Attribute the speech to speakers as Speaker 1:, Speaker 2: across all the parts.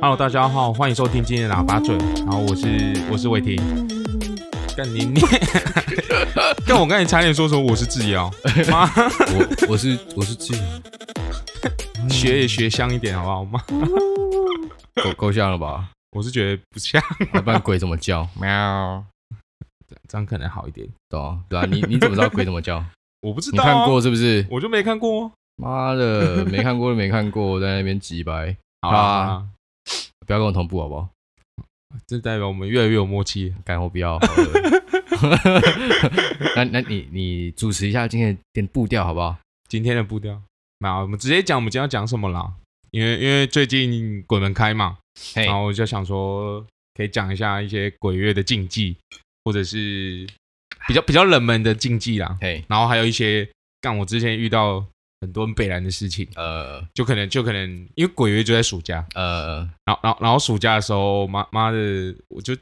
Speaker 1: Hello，大家好，欢迎收听今天的喇叭嘴。然后我是我是伟霆，干你 你，但我刚才差点说成我是智瑶，妈，
Speaker 2: 我我是我是志尧，嗯
Speaker 1: 学也学香一点好不好？妈，
Speaker 2: 够够像了吧？
Speaker 1: 我是觉得不像，
Speaker 2: 要不然鬼怎么叫？喵，
Speaker 1: 这样可能好一点。
Speaker 2: 懂啊对啊，你你怎么知道鬼怎么 叫？
Speaker 1: 我不知
Speaker 2: 你
Speaker 1: 道、啊，
Speaker 2: 看过是不是？
Speaker 1: 我就没看过。
Speaker 2: 妈的，没看过的没看过，在那边急白，
Speaker 1: 好啦
Speaker 2: 啊
Speaker 1: 好啦
Speaker 2: 不要跟我同步好不好？
Speaker 1: 这代表我们越来越有默契。
Speaker 2: 干我不要。好恶 那那你你主持一下今天的点步调好不好？
Speaker 1: 今天的步调，那我们直接讲我们今天要讲什么啦？因为因为最近鬼门开嘛，
Speaker 2: 嘿
Speaker 1: 然后我就想说，可以讲一下一些鬼月的禁忌，或者是比较比较冷门的禁忌啦。
Speaker 2: 嘿，
Speaker 1: 然后还有一些，干我之前遇到很多很北然的事情，
Speaker 2: 呃
Speaker 1: 就可能就可能因为鬼月就在暑假，
Speaker 2: 呃
Speaker 1: 然后然后然后暑假的时候，妈妈的，我就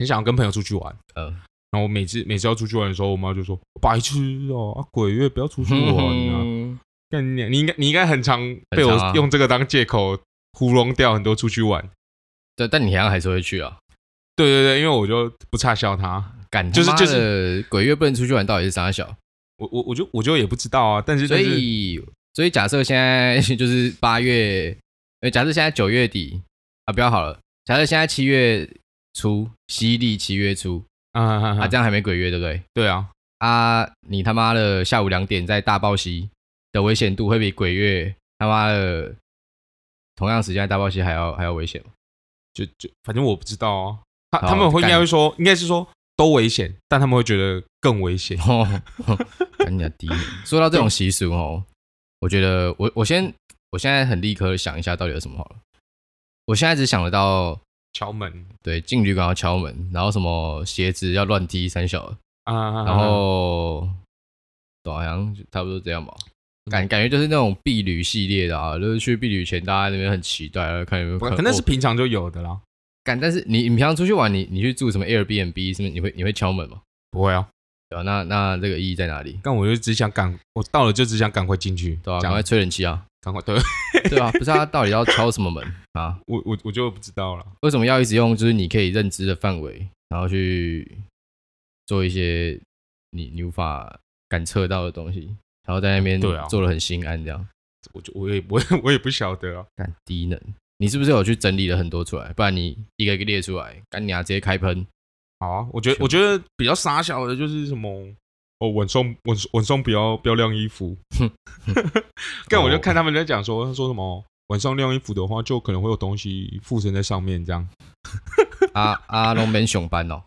Speaker 1: 很想要跟朋友出去玩。
Speaker 2: 呃，
Speaker 1: 然后我每次每次要出去玩的时候，我妈就说：“白痴哦、啊鬼月不要出去玩啊！”
Speaker 2: 嗯
Speaker 1: 干你，你应该你应该很常被我
Speaker 2: 很常啊
Speaker 1: 用这个当借口糊弄掉很多出去玩。
Speaker 2: 对，但你好像还是会去啊。
Speaker 1: 对对对，因为我就不差笑他。
Speaker 2: 干
Speaker 1: 就是
Speaker 2: 他妈
Speaker 1: 就是
Speaker 2: 的鬼月不能出去玩，到底是啥小？
Speaker 1: 我我我就我就也不知道啊，但是
Speaker 2: 所
Speaker 1: 但是
Speaker 2: 以，所以假设现在 就是八月，呃，假设现在九月底啊，不要好了，假设现在七月初，西历七月初
Speaker 1: 啊啊啊
Speaker 2: 啊，这样还没鬼月，对不对？
Speaker 1: 对啊，
Speaker 2: 啊，你他妈的下午两点在大报溪的危险度会比鬼月他妈的同样时间在大报溪还要还要危险吗？
Speaker 1: 就就反正我不知道啊，他
Speaker 2: 好
Speaker 1: 他们会应
Speaker 2: 干
Speaker 1: 该会说，应该是说都危险，但他们会觉得更危险。
Speaker 2: 哦，赶紧低。说到这种习俗哦，我觉得我我先我现在很立刻想一下到底有什么好了。我现在只想得到
Speaker 1: 敲门
Speaker 2: 对，进旅馆要敲门，然后什么鞋子要乱踢三小的，
Speaker 1: 啊啊，啊
Speaker 2: 然后，对啊好像就差不多这样吧。
Speaker 1: 嗯
Speaker 2: 感感觉就是那种避旅系列的啊，就是去避旅前，大家那边很期待，然后看有没有
Speaker 1: 不
Speaker 2: 看。
Speaker 1: 可能是
Speaker 2: 哦
Speaker 1: 平常就有的啦，
Speaker 2: 感，但是你你平常出去玩，你你去住什么 Airbnb，是不是你会你会敲门吗？
Speaker 1: 不会啊。
Speaker 2: 对啊，那那这个意义在哪里？
Speaker 1: 但我就只想赶，我到了就只想赶快进去，
Speaker 2: 对啊，
Speaker 1: 这
Speaker 2: 赶
Speaker 1: 样
Speaker 2: 快吹冷气啊！
Speaker 1: 赶快。对
Speaker 2: 对啊，不知道他到底要敲什么门啊？
Speaker 1: 我我我就不知道了。
Speaker 2: 为什么要一直用就是你可以认知的范围，然后去做一些你你无法感测到的东西，然后在那边
Speaker 1: 对啊
Speaker 2: 做的很心安，这样
Speaker 1: 我就我也我也我也不晓得啊。
Speaker 2: 干低能。你是不是有去整理了很多出来？不然你一个一个列出来，干你啊，直接开喷。
Speaker 1: 好啊，我觉
Speaker 2: 全
Speaker 1: 得
Speaker 2: 部
Speaker 1: 我觉得比较傻小的就是什么哦，晚上晚晚上不要不要晾衣服。 但我就看他们在讲说，他说什么晚上晾衣服的话，就可能会有东西附身在上面这样。
Speaker 2: 阿阿啊龙门熊班哦，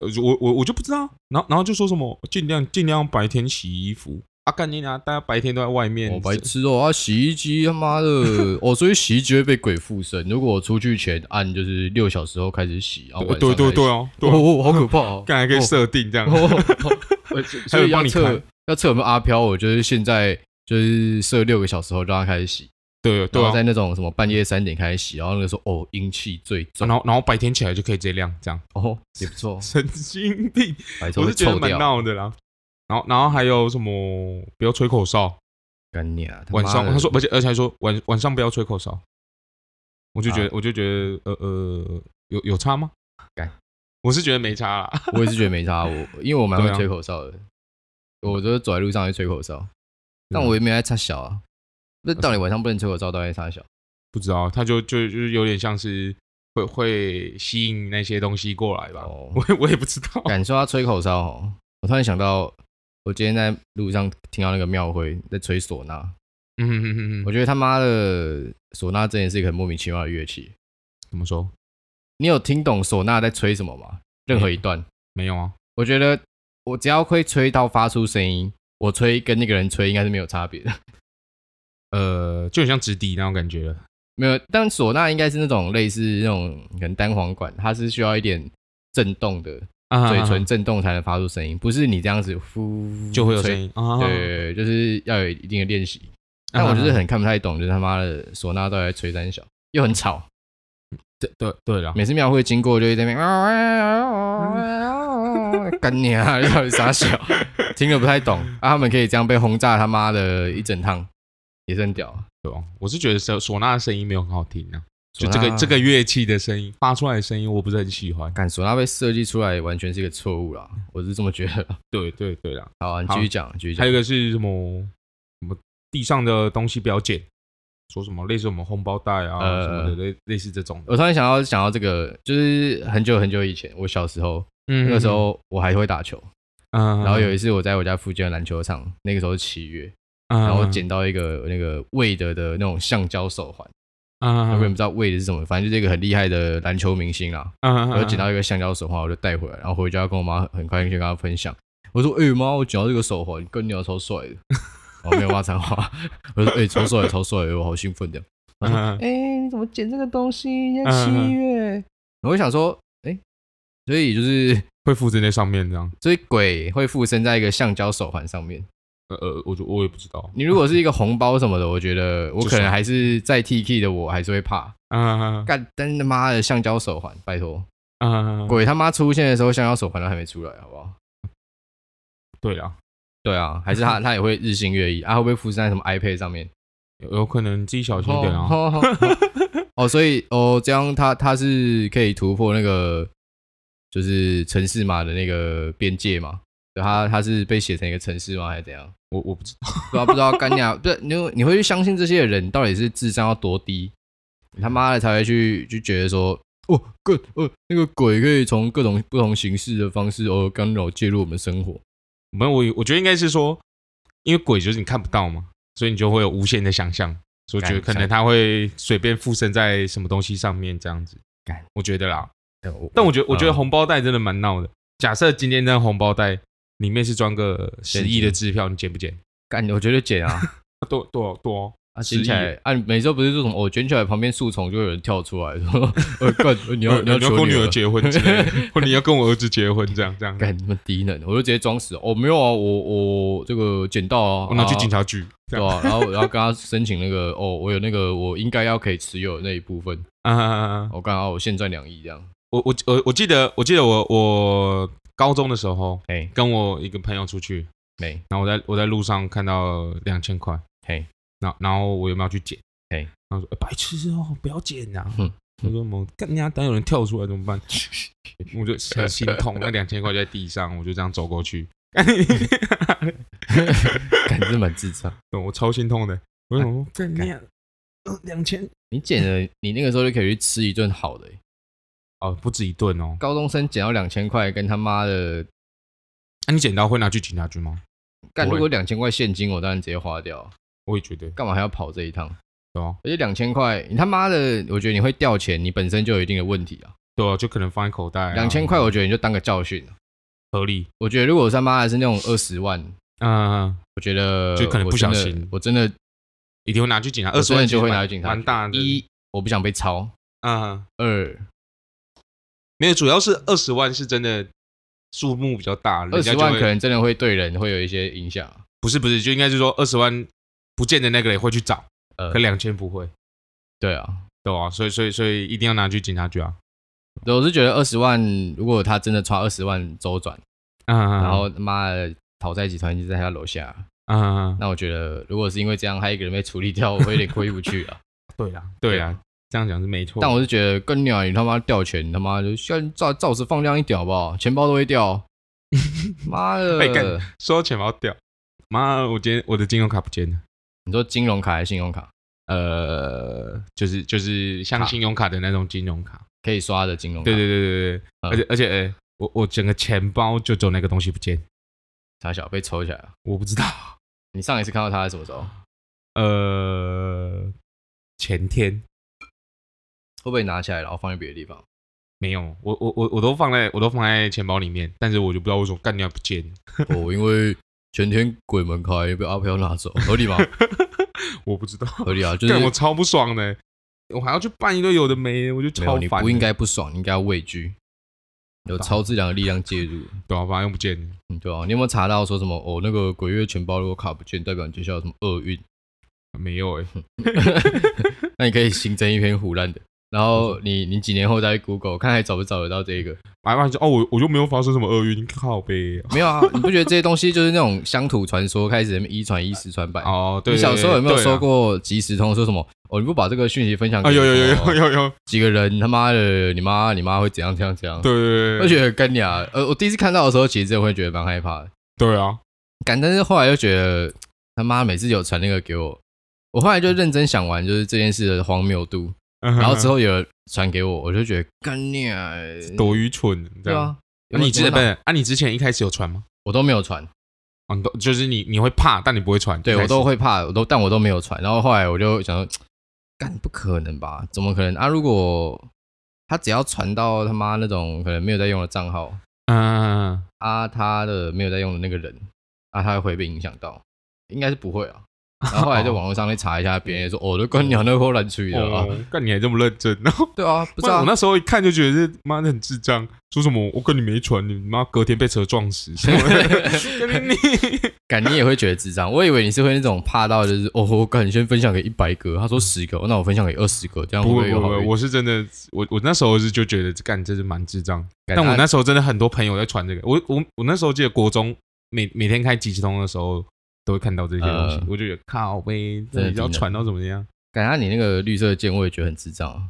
Speaker 1: 呃我我我就不知道，然后然后就说什么尽量尽量白天洗衣服。啊，干你娘！大家白天都在外面，
Speaker 2: 我白痴哦！啊，洗衣机他妈的， 哦，所以洗衣机会被鬼附身。如果我出去前按就是六小时后开始洗，啊，
Speaker 1: 呃
Speaker 2: 晚上
Speaker 1: 对对
Speaker 2: 才
Speaker 1: 对
Speaker 2: 洗，
Speaker 1: 哦，对哦，
Speaker 2: 哦，好可怕哦！
Speaker 1: 干还可以设定这样，
Speaker 2: 哦，所以
Speaker 1: 还有帮
Speaker 2: 要
Speaker 1: 你
Speaker 2: 测
Speaker 1: 看
Speaker 2: 要测有没有阿飘，我就是现在就是设六个小时后让他开始洗，
Speaker 1: 对对
Speaker 2: 然后
Speaker 1: 啊
Speaker 2: 在。那种什么半夜三点开始洗，然后那个时候哦阴气最重
Speaker 1: 然，后然后白天起来就可以直接晾，这样，
Speaker 2: 哦也不 错
Speaker 1: 神经病，
Speaker 2: 白头
Speaker 1: 我
Speaker 2: 会
Speaker 1: 是觉得
Speaker 2: 臭
Speaker 1: 蛮
Speaker 2: 掉，
Speaker 1: 闹的啦。然后然后还有什么不要吹口哨，
Speaker 2: 干你啊！
Speaker 1: 晚上
Speaker 2: 妈的
Speaker 1: 他说，而且而且还说晚晚上不要吹口哨，我就觉
Speaker 2: 啊
Speaker 1: 得、我就觉得呃呃有有差吗
Speaker 2: 干？
Speaker 1: 我是觉得没差啦。
Speaker 2: 我也是觉得没差，我因为我蛮
Speaker 1: 对
Speaker 2: 会
Speaker 1: 啊
Speaker 2: 吹口哨的，我都是走在路上会吹口哨，
Speaker 1: 嗯
Speaker 2: 但我也没有在插小啊。那到底晚上不能吹口哨，到底在插小？
Speaker 1: 不知道，他就就就是有点像是会会吸引那些东西过来吧。
Speaker 2: 哦
Speaker 1: 我也我也不知道。
Speaker 2: 感受到吹口哨哦，我突然想到，我今天在路上听到那个庙会在吹唢呐，
Speaker 1: 嗯嗯嗯嗯嗯，
Speaker 2: 我觉得他妈的唢呐真的是一个很莫名其妙的乐器。
Speaker 1: 怎么说？
Speaker 2: 你有听懂唢呐在吹什么吗？任
Speaker 1: 嗯
Speaker 2: 何一段，
Speaker 1: 没有啊，
Speaker 2: 我觉得我只要会吹到发出声音，我吹跟那个人吹应该是没有差别的。
Speaker 1: 呃，就很像直笛那种感觉了。
Speaker 2: 没有，但唢呐应该是那种类似那种可能单簧管，它是需要一点震动的，
Speaker 1: 啊
Speaker 2: 嘴唇震动才能发出声音，不是你这样子呼
Speaker 1: 就会有声
Speaker 2: 音。
Speaker 1: 音嗯啊。
Speaker 2: 对对，对就是要有一定的练习。但我就是很看不太懂，就是他妈的唢呐到底在吹三小，又很吵。
Speaker 1: 对对对了，
Speaker 2: 每次庙会经过就会在那边，干你啊！到底傻小，听得不太懂啊。他们可以这样被轰炸，他妈的一整趟也是很屌啊。
Speaker 1: 对吧？我是觉得唢唢呐的声音没有很好听啊。就这个
Speaker 2: 唢呐
Speaker 1: 这个乐器的声音发出来的声音，我不是很喜欢。
Speaker 2: 感唢呐被设计出来完全是一个错误啦，我是这么觉得。
Speaker 1: 对对对啦，
Speaker 2: 好啊，你继续讲，继续讲。
Speaker 1: 还有一个是什么什么地上的东西不要捡，说什么类似我们红包袋啊、
Speaker 2: 呃
Speaker 1: 什么的，类类似这种的。
Speaker 2: 我突然想到想到这个，就是很久很久以前，我小时候
Speaker 1: 嗯
Speaker 2: 那个时，候我还会打球，
Speaker 1: 嗯，
Speaker 2: 然后有一次我在我家附近的篮球场，那个时候是七月，
Speaker 1: 嗯，
Speaker 2: 然
Speaker 1: 然
Speaker 2: 后我捡到一个那个魏德的那种橡胶手环，
Speaker 1: 嗯，
Speaker 2: 有
Speaker 1: 嗯
Speaker 2: 没有人不知道魏德是什么？反正就是一个很厉害的篮球明星啦。
Speaker 1: 嗯，
Speaker 2: 我就捡
Speaker 1: 嗯
Speaker 2: 到一个橡胶手环，我就带回来，然后回家跟我妈很开心跟她分享。我说：“哎、妈，我捡到这个手环，跟你超帅的。”我没有骂脏话，我说：“哎、超帅的，超帅的，我好兴 奋的。”然后
Speaker 1: 嗯
Speaker 2: 哎、你怎么捡这个东西？人家
Speaker 1: 嗯嗯
Speaker 2: 七月。然后我想说，哎、所以就是，
Speaker 1: 会附身在上面这样。
Speaker 2: 所以鬼会附身在一个橡胶手环上面。
Speaker 1: 呃呃，我就我也不知道。
Speaker 2: 你如果是一个红包什么的，我觉得我
Speaker 1: 就
Speaker 2: 可能
Speaker 1: 算
Speaker 2: 还是在 T K 的，我还是会怕。
Speaker 1: 嗯嗯
Speaker 2: 干，但他妈的橡胶手环，拜托，
Speaker 1: 嗯，嗯
Speaker 2: 鬼他妈出现的时候，橡胶手环都还没出来，好不好？
Speaker 1: 对啦，
Speaker 2: 对啊，还是他他也会日新月异啊？会不会附身在什么 iPad 上面？
Speaker 1: 有有可能你自己小心一点啊。
Speaker 2: 哦哦 哦哦，所以哦，这样他他是可以突破那个就是城市码的那个边界嘛？对，他他是被写成一个城市吗？还是怎样？
Speaker 1: 我我不知道，
Speaker 2: 对啊， 不知道干呀，不是你你会去相信这些人到底是智商要多低？你他妈的才会去就觉得说。哦，各哦，那个鬼可以从各种不同形式的方式哦干扰介入我们生活，
Speaker 1: 没有我我觉得应该是说，因为鬼就是你看不到嘛，所以你就会有无限的想象，所以我觉得可
Speaker 2: 感
Speaker 1: 能他会随便附身在什么东西上面这样子
Speaker 2: 感。
Speaker 1: 我觉得啦，
Speaker 2: 但
Speaker 1: 但我觉得我觉得
Speaker 2: 嗯
Speaker 1: 红包袋真的蛮闹的。假设今天那个红包袋里面是装个十亿的支票，你捡不捡？
Speaker 2: 干，我觉得捡 啊，
Speaker 1: 啊多多多
Speaker 2: 啊，
Speaker 1: 十
Speaker 2: 捡起来啊！你每周不是说什么我卷起来旁边树丛就会有人跳出来说，呃，干，呃你要
Speaker 1: 呃
Speaker 2: 你要
Speaker 1: 跟
Speaker 2: 求
Speaker 1: 我女
Speaker 2: 儿
Speaker 1: 儿结婚之类的， 或你要跟我儿子结婚这样这样，
Speaker 2: 干你们低能，我就直接装死。哦，没有啊，我我这个捡到啊，
Speaker 1: 我拿去
Speaker 2: 啊
Speaker 1: 警察局。这
Speaker 2: 对
Speaker 1: 样
Speaker 2: 啊，然后然后跟他申请那个哦，我有那个我应该要可以持有的那一部分，
Speaker 1: 啊啊啊啊！
Speaker 2: 我刚好我现赚两亿这样。
Speaker 1: 我我我我记得我记得我我高中的时候
Speaker 2: 嘿，
Speaker 1: 跟我一个朋友出去，
Speaker 2: 没
Speaker 1: 然后我在我在路上看到两千块，
Speaker 2: 嘿，
Speaker 1: 然后然后我有没有去捡？
Speaker 2: 嘿，
Speaker 1: 然后说、欸白痴哦、不要捡啊！
Speaker 2: 哼
Speaker 1: 他说什么干呀，等下有人跳出来怎么办？我就很心痛，那两千块就在地上，我就这样走过 去，
Speaker 2: 感觉蛮智障。
Speaker 1: 嗯我超心痛的。我就想说
Speaker 2: 啊
Speaker 1: 干呀，两千
Speaker 2: 你捡了，你那个时候就可以去吃一顿好的欸、
Speaker 1: 哦，不止一顿哦。
Speaker 2: 高中生捡到两千块，跟他妈的
Speaker 1: 那、啊你捡到会拿去警察局吗？
Speaker 2: 干，
Speaker 1: 不会
Speaker 2: 如果两千块现金，我当然直接花掉，啊
Speaker 1: 我也觉得，
Speaker 2: 干嘛还要跑这一趟？
Speaker 1: 对啊，
Speaker 2: 而且两千块，你他妈的，我觉得你会掉钱，你本身就有一定的问题啊。
Speaker 1: 对啊，就可能放在口袋、啊。
Speaker 2: 两千块，我觉得你就当个教训啊、
Speaker 1: 合理，
Speaker 2: 我觉得如果他妈的是那种二十万，
Speaker 1: 嗯、嗯
Speaker 2: 我觉得
Speaker 1: 就可能
Speaker 2: 我
Speaker 1: 不小
Speaker 2: 真的
Speaker 1: 心
Speaker 2: 我真的
Speaker 1: 一定会拿去警察，
Speaker 2: 我
Speaker 1: 二十
Speaker 2: 真的
Speaker 1: 万
Speaker 2: 就会
Speaker 1: 其实
Speaker 2: 拿
Speaker 1: 蛮
Speaker 2: 去警察
Speaker 1: 蛮
Speaker 2: 局
Speaker 1: 大的。
Speaker 2: 一，我不想被抄；
Speaker 1: 嗯，
Speaker 2: 二，
Speaker 1: 没有，主要是二十万是真的数目比较大，
Speaker 2: 二
Speaker 1: 人家
Speaker 2: 十
Speaker 1: 就
Speaker 2: 万
Speaker 1: 会
Speaker 2: 可能真的会对人会有一些影响啊。
Speaker 1: 不是不是，就应该是说二十万不见的那个人会去找，
Speaker 2: 呃
Speaker 1: 可，两千不会，
Speaker 2: 对啊，
Speaker 1: 对啊，所以所以所以一定要拿去警察局啊，
Speaker 2: 对我是觉得二十万，如果他真的差二十万周转，
Speaker 1: 嗯，
Speaker 2: 然后他妈的讨债集团就在他楼下，
Speaker 1: 嗯，
Speaker 2: 那我觉得如果是因为这样，还有一个人被处理掉，我会有点过意不去啊。
Speaker 1: 对啦对啦，这样讲是没错，
Speaker 2: 但我是觉得跟鸟，你他妈掉钱，你他妈就先照照实放亮一点好不好？钱包都会掉， 妈的！
Speaker 1: 哎干说到钱包掉，妈，我今天我的金融卡不见了，
Speaker 2: 你说金融卡还是信用卡？
Speaker 1: 呃，就是就是像
Speaker 2: 卡
Speaker 1: 信用卡的那种金融卡，
Speaker 2: 可以刷的金融卡？
Speaker 1: 对对，对对对，
Speaker 2: 嗯
Speaker 1: 而且而且哎，我我整个钱包就只有那个东西不见，
Speaker 2: 傻小被抽起来了。
Speaker 1: 我不知道。
Speaker 2: 你上一次看到他是什么时候？
Speaker 1: 呃，前天
Speaker 2: 会不会拿起来然后放在别的地方？
Speaker 1: 没有，我我我我都放在我都放在钱包里面，但是我就不知道为什么干掉不见了，
Speaker 2: 哦，因为前天鬼门开被阿飘拿走，合理吗？
Speaker 1: 我不知道，
Speaker 2: 合理啊，就是
Speaker 1: 干我
Speaker 2: 没
Speaker 1: 超不爽的、我还要去办一堆有的没的，我就超
Speaker 2: 有你
Speaker 1: 烦的，
Speaker 2: 不应该不爽，你应该要畏惧，有
Speaker 1: 啊
Speaker 2: 超自然的力量介入。
Speaker 1: 对啊，反正又不见了，
Speaker 2: 嗯，对啊，你有没有查到说什么？哦，那个鬼月钱包如果卡不见，代表你接下来有什么厄运？
Speaker 1: 没有
Speaker 2: 嗯
Speaker 1: 哎、
Speaker 2: 那你可以新增一篇胡乱的，然后你你几年后再去 Google 看还找不找得到这个？
Speaker 1: 麻烦说哦，我我就没有发生什么厄运，靠呗，
Speaker 2: 没有啊，你不觉得这些东西就是那种乡土传说开始一传一十传百？
Speaker 1: 哦，对
Speaker 2: 你小时候有没有
Speaker 1: 说
Speaker 2: 收？过即时通说什么？哦，你不把这个讯息分享给
Speaker 1: 啊，有有有
Speaker 2: 什么
Speaker 1: 有有有，
Speaker 2: 几个人，他妈的，你妈你妈会怎样怎样怎样？
Speaker 1: 对对对，
Speaker 2: 而且跟你啊，呃，我第一次看到的时候，其实真的会觉得蛮害怕的，
Speaker 1: 对啊，
Speaker 2: 感，但是后来又觉得他妈每次有传那个给我，我后来就认真想完，就是这件事的荒谬度，
Speaker 1: 然
Speaker 2: 然后之后有人传给我，我就觉得干你啊，
Speaker 1: 多愚蠢，这
Speaker 2: 对
Speaker 1: 样。
Speaker 2: 啊，
Speaker 1: 那你之前
Speaker 2: 有
Speaker 1: 不
Speaker 2: 没有
Speaker 1: 是？啊，你之前一开始有传吗？
Speaker 2: 我都没有传，
Speaker 1: 啊，你都就是你你会怕，但你不会传。一
Speaker 2: 对
Speaker 1: 开
Speaker 2: 我
Speaker 1: 始
Speaker 2: 都会怕，我都但我都没有传。然后后来我就想说，干不可能吧？怎么可能啊？如果他只要传到他妈那种可能没有在用的账号
Speaker 1: 嗯，
Speaker 2: 啊，他的没有在用的那个人啊，他会被影响到，应该是不会啊。然后后来在网络上面查 一下，别人也说哦，都跟鸟那后乱吹的啊，
Speaker 1: 哦，干你还这么认真，然后
Speaker 2: 对啊，不
Speaker 1: 不
Speaker 2: 知
Speaker 1: 是
Speaker 2: 道
Speaker 1: 我那时候一看就觉得这妈的很智障，说什么我跟你没传，你妈隔天被车撞 死什么的，跟你
Speaker 2: 感你也会觉得智障。我以为你是会那种怕到就是哦，我感你先分享给一百个，他说十个，那我分享给二十个，这样会
Speaker 1: 不
Speaker 2: 会
Speaker 1: 会
Speaker 2: 有
Speaker 1: 不
Speaker 2: 好
Speaker 1: 会，
Speaker 2: 运？
Speaker 1: 我是真的，我我那时候是就觉得干真是蛮智障，
Speaker 2: 干
Speaker 1: 但我
Speaker 2: 啊
Speaker 1: 那时候真的很多朋友在传这个，我我我那时候记得国中每每天开即时通的时候都会看到这些东西，
Speaker 2: 呃
Speaker 1: 我就觉得靠呗，
Speaker 2: 真的
Speaker 1: 这要
Speaker 2: 真的
Speaker 1: 传到怎么样？
Speaker 2: 感觉你那个绿色的剑，我也觉得很智障啊。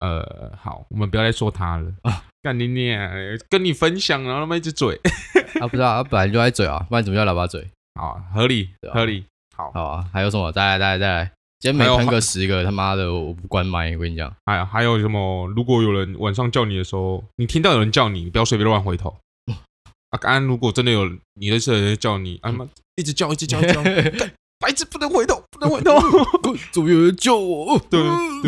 Speaker 1: 呃，好，我们不要再说他了
Speaker 2: 啊
Speaker 1: 干你娘！跟你分享，然后他妈一直 嘴，
Speaker 2: 啊，不知道，啊，本来就爱嘴啊，不然怎么叫喇叭嘴？
Speaker 1: 好，合理
Speaker 2: 对啊
Speaker 1: 合理，好，
Speaker 2: 好啊，还有什么？再来，再来，再来！今天每
Speaker 1: 还有
Speaker 2: 喷
Speaker 1: 话
Speaker 2: 个十个，他妈的，我我不关麦，我跟你讲，
Speaker 1: 还有哎还有什么？如果有人晚上叫你的时候，你听到有人叫你，你不要随便乱回头。
Speaker 2: 嗯
Speaker 1: 啊，刚刚如果真的有你认识的人叫你，啊妈，一直叫，一直叫，一 直叫，白痴不能回头，不能回头。
Speaker 2: 怎么有人救我？ 嗯
Speaker 1: 对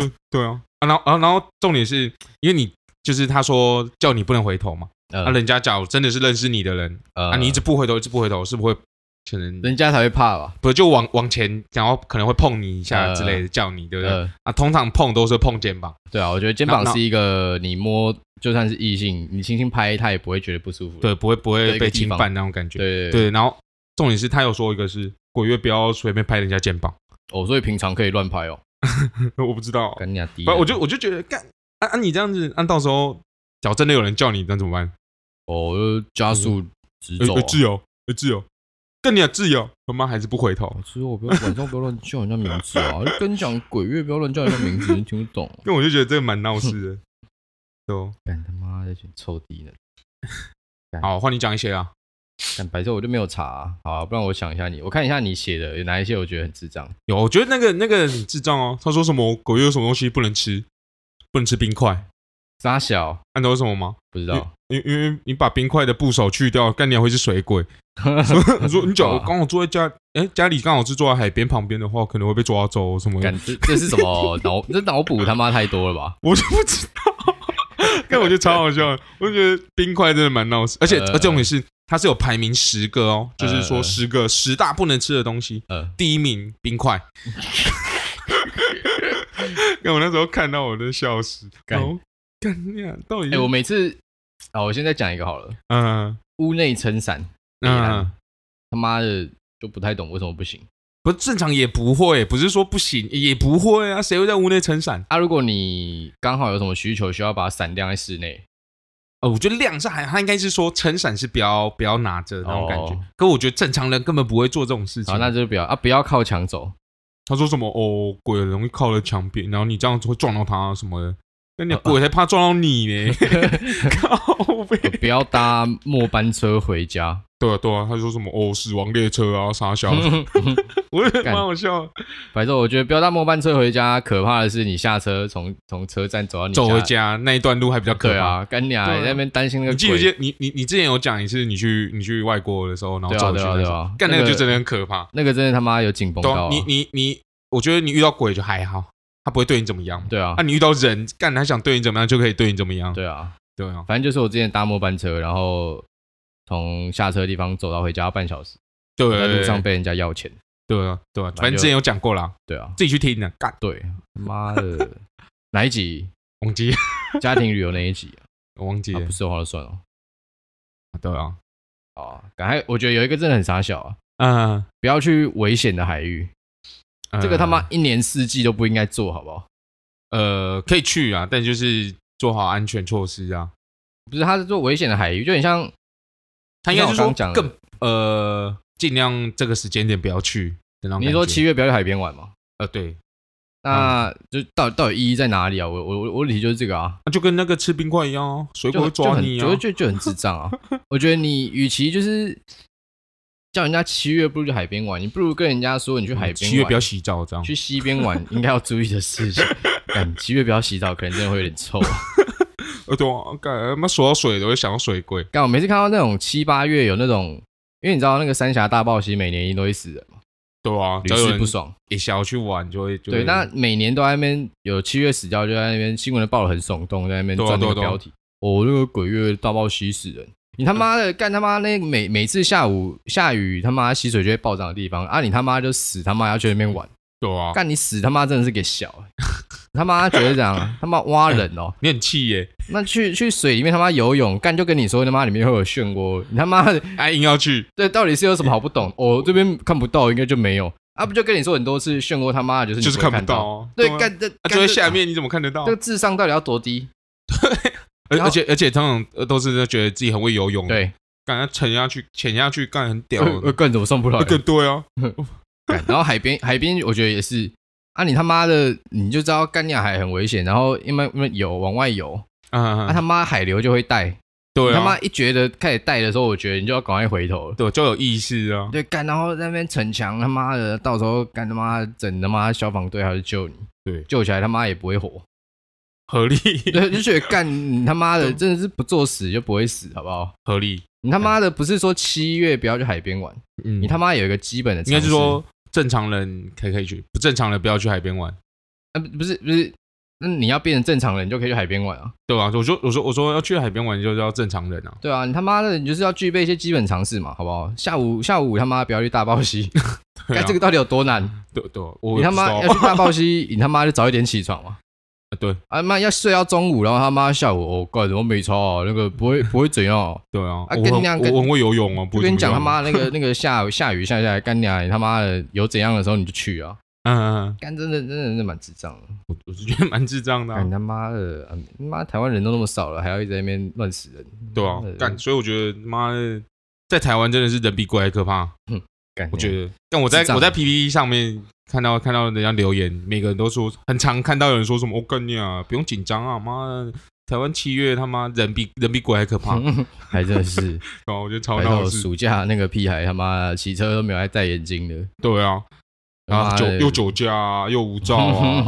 Speaker 1: 对对啊，啊然后啊然后重点是因为你就是他说叫你不能回头嘛，
Speaker 2: 呃
Speaker 1: 啊人家假如真的是认识你的人，
Speaker 2: 呃
Speaker 1: 啊你一直不回头，一直不回头，是不会可能
Speaker 2: 人家才会怕吧？
Speaker 1: 不就往往前，然后可能会碰你一
Speaker 2: 嗯
Speaker 1: 下之类的，叫你对不对？
Speaker 2: 呃，
Speaker 1: 啊，通常碰都是碰肩膀，
Speaker 2: 对啊，我觉得肩膀
Speaker 1: 那那
Speaker 2: 是一个你摸，就算是异性，你轻轻拍他也不会觉得不舒服。
Speaker 1: 对，不会不
Speaker 2: 对
Speaker 1: 会
Speaker 2: 一个
Speaker 1: 被
Speaker 2: 地
Speaker 1: 侵
Speaker 2: 方
Speaker 1: 犯那种感觉。
Speaker 2: 对对，
Speaker 1: 对，然后重点是他有说一个是鬼月不要随便拍人家肩膀，
Speaker 2: 哦，所以平常可以乱拍哦，
Speaker 1: 我不知道，
Speaker 2: 跟人家低
Speaker 1: 反
Speaker 2: 能。
Speaker 1: 正我就我就觉得干啊啊你这样子，按、到时候假如真的有人叫你，那怎么办？
Speaker 2: 哦，我就加速直
Speaker 1: 呃
Speaker 2: 走啊
Speaker 1: 呃。自由，呃自由，跟你啊自由，他妈还是不回头，
Speaker 2: 所以我不要晚上不要乱叫人家名字啊！就跟你讲鬼月不要乱叫人家名字，你听不懂。啊
Speaker 1: 因为我就觉得这个蛮闹事的。对哦，
Speaker 2: 干他妈的，臭低能！
Speaker 1: 好，换你讲一些啊。
Speaker 2: 但白色我就没有查、好、啊，不然我想一下你，我看一下你写的有哪一些我觉得很智障。
Speaker 1: 有，我觉得那个那个很智障哦，他说什么鬼月有什么东西不能吃，不能吃冰块，
Speaker 2: 沙小
Speaker 1: 按照什么吗？
Speaker 2: 不知道，
Speaker 1: 因因为你把冰块的部首去掉，干娘会是水 鬼。你说你假
Speaker 2: 啊
Speaker 1: 如刚好坐在家，哎、家里刚好是坐在海边旁边的话，可能会被抓走什么的
Speaker 2: 感。这这是什么脑？这脑补他妈太多了 吧？
Speaker 1: 我就不知道， 但我觉得超好笑的。我就觉得冰块真的蛮闹事，而且
Speaker 2: 呃
Speaker 1: 而且重点是它是有排名十个哦，就是
Speaker 2: 呃
Speaker 1: 说
Speaker 2: 呃
Speaker 1: 十个十大不能吃的东西，
Speaker 2: 呃，
Speaker 1: 第一名冰 块。干我那时候看到我都笑死，
Speaker 2: 干
Speaker 1: 然后干你啊！到底
Speaker 2: 哎、
Speaker 1: 是
Speaker 2: 我每次啊，我现在讲一个好了，
Speaker 1: 嗯
Speaker 2: 屋内撑伞，北
Speaker 1: 嗯
Speaker 2: 兰，他妈的就不太懂为什么不行
Speaker 1: 不正常也不会，不是说不行也不会啊，谁会在屋内撑伞？
Speaker 2: 啊！如果你刚好有什么需求需要把伞晾在室内，
Speaker 1: 呃，我觉得晾晒还，他应该是说撑伞是不要不要拿着那种感觉。
Speaker 2: 哦
Speaker 1: 可我觉得正常人根本不会做这种事情。
Speaker 2: 好，那就不要啊，不要靠墙走。
Speaker 1: 他说什么哦，鬼很容易靠了墙边，然后你这样子会撞到他什么的。那 你
Speaker 2: 呃
Speaker 1: 鬼才怕撞到你 呢！靠背。
Speaker 2: 不要搭末班车回家，
Speaker 1: 对啊对啊，他说什么哦，死亡列车啊，傻小子， 我觉得蛮好笑的。
Speaker 2: 反正我觉得不要搭末班车回家，可怕的是你下车从从车站走到你
Speaker 1: 走回家那一段路还比较可
Speaker 2: 对
Speaker 1: 怕。
Speaker 2: 啊，干你啊，
Speaker 1: 对啊
Speaker 2: 你在那边担心那个
Speaker 1: 你
Speaker 2: 鬼，
Speaker 1: 记不记得你你你之前有讲一次，你去你去外国的时候，然后
Speaker 2: 对啊
Speaker 1: 走回去
Speaker 2: 对啊
Speaker 1: 那
Speaker 2: 对
Speaker 1: 种
Speaker 2: 啊
Speaker 1: 干那个
Speaker 2: 那个
Speaker 1: 就真的很可怕。
Speaker 2: 那个真的他妈有紧绷
Speaker 1: 对啊
Speaker 2: 到、啊，
Speaker 1: 你你你，我觉得你遇到鬼就还好，他不会对你怎么样。
Speaker 2: 对啊
Speaker 1: 啊，你遇到人，干他想对你怎么样就可以对你怎么样。
Speaker 2: 对啊，
Speaker 1: 对啊，
Speaker 2: 反正就是我之前搭末班车，然后从下车的地方走到回家要半小时，
Speaker 1: 对
Speaker 2: 我
Speaker 1: 啊
Speaker 2: 在路上被人家要钱，
Speaker 1: 对啊对啊，
Speaker 2: 就
Speaker 1: 反正之前有讲过啦，
Speaker 2: 对啊，
Speaker 1: 自己去听的。干
Speaker 2: 对，他妈的 哪一集
Speaker 1: 忘记
Speaker 2: 家庭旅游那一集啊，
Speaker 1: 我忘记
Speaker 2: 啊
Speaker 1: 了
Speaker 2: 不，是的话就算了，
Speaker 1: 对啊，
Speaker 2: 好啊，赶快我觉得有一个真的很傻小啊，
Speaker 1: 嗯，
Speaker 2: 不要去危险的海域，这个他妈一年四季都不应该做好不好？
Speaker 1: 呃可以去啊，但就是做好安全措施啊。
Speaker 2: 不是，他是做危险的海域，就很像
Speaker 1: 他应该是
Speaker 2: 就
Speaker 1: 说
Speaker 2: 像我刚讲的
Speaker 1: 更呃尽量这个时间点不要去的那种感觉。
Speaker 2: 你说七月不要去海边玩嘛，
Speaker 1: 呃对
Speaker 2: 那就到底到底意义在哪里啊？我我我我理就是这个啊，
Speaker 1: 那就跟那个吃冰块一样哦，水
Speaker 2: 就
Speaker 1: 果会
Speaker 2: 很
Speaker 1: 抓你
Speaker 2: 就
Speaker 1: 啊
Speaker 2: 很，就就就很智 障啊！我觉得你与其就是叫人家七月不如去海边玩，你不如跟人家说你去海边
Speaker 1: 嗯
Speaker 2: 玩，
Speaker 1: 七月不要洗澡这样。
Speaker 2: 去溪边玩，应该要注意的事 情。干七月不要洗澡，可能真的会有点臭。啊
Speaker 1: 呃，对啊，干他妈说到水都会想到水鬼，
Speaker 2: 干，我每次看到那种七八月有那种，因为你知道那个三峡大暴溪每年一定都会死人嘛，
Speaker 1: 对啊，
Speaker 2: 屡
Speaker 1: 只要有
Speaker 2: 试
Speaker 1: 人
Speaker 2: 不爽。
Speaker 1: 一想要去玩就会就
Speaker 2: 对，
Speaker 1: 会
Speaker 2: 那每年都在那边有七月死掉，就在那边新闻都报的很耸动，在那边
Speaker 1: 对啊
Speaker 2: 赚那个
Speaker 1: 对啊对啊
Speaker 2: 标题。哦，那个鬼月大暴溪死人，你他妈的干他妈那每每次下午下雨他妈溪水就会暴涨的地方啊，你他妈就死他妈要去那边玩，
Speaker 1: 对啊，
Speaker 2: 干你死他妈真的是给小、欸，他妈觉得这样啊他妈挖人哦，
Speaker 1: 你很气耶，
Speaker 2: 那去去水里面他妈游泳，干就跟你说他妈里面会有漩涡，你他妈的
Speaker 1: 哎，硬要去，
Speaker 2: 这到底是有什么好不懂？我、这边看不到，应该就没有啊，不就跟你说很多次漩涡他妈的就是你
Speaker 1: 就是
Speaker 2: 不会
Speaker 1: 看不到
Speaker 2: 到，
Speaker 1: 啊。
Speaker 2: 对，
Speaker 1: 啊
Speaker 2: 干这
Speaker 1: 啊
Speaker 2: 干
Speaker 1: 就在
Speaker 2: 这
Speaker 1: 下面，你怎么看得到
Speaker 2: 这？个智商到底要多低？
Speaker 1: 而
Speaker 2: 然后
Speaker 1: 而且而且，通常呃都是觉得自己很会游泳，，
Speaker 2: 对，
Speaker 1: 干他沉下去，潜下去，干很嗯屌
Speaker 2: 呃，呃
Speaker 1: 的，
Speaker 2: 干怎么上不 来
Speaker 1: 那？个对啊，
Speaker 2: 干然后海边海边我觉得也是啊，你他妈的你就知道干亚海很危险，然后因为因为游往外游，
Speaker 1: 啊
Speaker 2: 啊他妈海流就会带，
Speaker 1: 对
Speaker 2: 你
Speaker 1: 啊，
Speaker 2: 他妈一觉得开始带的时候，我觉得你就要赶快回头了。
Speaker 1: 对就有意识啊，
Speaker 2: 对，干，然后在那边逞强，他妈的，到时候干他妈整他妈消防队还是救你，
Speaker 1: 对
Speaker 2: 救起来他妈也不会火，
Speaker 1: 合理
Speaker 2: 对，就觉得干你他妈 的真的是不作死就不会死，好不好？
Speaker 1: 合理，
Speaker 2: 你他妈的不是说七月不要去海边玩，
Speaker 1: 嗯
Speaker 2: 你他妈有一个基本的，
Speaker 1: 应该是，说正常人可以可以去，不正常人不要去海边玩，
Speaker 2: 啊，不不是不是，那你要变成正常人，你就可以去海边玩啊，
Speaker 1: 对吧、我说我说我说要去海边玩就是要正常人啊，
Speaker 2: 对啊，你他妈的你就是要具备一些基本常识嘛，好不好？下午下午他妈不要去大报溪，
Speaker 1: 对
Speaker 2: 干
Speaker 1: 啊
Speaker 2: 这个到底有多难？
Speaker 1: 对对，我
Speaker 2: 你
Speaker 1: 也
Speaker 2: 他
Speaker 1: 不
Speaker 2: 妈
Speaker 1: 知道
Speaker 2: 要去大报溪，你他妈就早一点起床嘛。
Speaker 1: 对
Speaker 2: 啊妈要睡到中午，然后他妈下午我干什么没超啊？那个不会不会怎样啊、
Speaker 1: 对啊，
Speaker 2: 啊
Speaker 1: 我
Speaker 2: 跟
Speaker 1: 很
Speaker 2: 那样跟
Speaker 1: 我很会游泳啊，不
Speaker 2: 我
Speaker 1: 会
Speaker 2: 跟你
Speaker 1: 怎
Speaker 2: 讲
Speaker 1: 么
Speaker 2: 他
Speaker 1: 样啊，
Speaker 2: 妈那个那个下下雨下下来干你啊！你他妈的有怎样的时候你就去啊！
Speaker 1: 嗯嗯，嗯
Speaker 2: 干真的真的真的蛮智障的，
Speaker 1: 我我是觉得蛮智障的啊、
Speaker 2: 干他妈的，啊他妈台湾人都那么少了，还要一直在那边乱死人，
Speaker 1: 对啊
Speaker 2: 妈的，
Speaker 1: 干，所以我觉得妈的，在台湾真的是人比鬼还可怕。
Speaker 2: 干
Speaker 1: 我觉得，但我在
Speaker 2: 哎智障
Speaker 1: 我在 PPT 上面看到看到人家留言，每个人都说，很常看到有人说什么“我跟你啊，不用紧张啊，妈的，台湾七月他妈人比人比鬼还可 怕”，然
Speaker 2: 还真的 是，
Speaker 1: 后我觉得超
Speaker 2: 嗯白
Speaker 1: 闹
Speaker 2: 到
Speaker 1: 的是，
Speaker 2: 暑假那个屁孩他妈骑车都没有还戴眼镜的，
Speaker 1: 对啊，然后
Speaker 2: 他妈
Speaker 1: 酒
Speaker 2: 的
Speaker 1: 又 酒驾啊，又无照啊，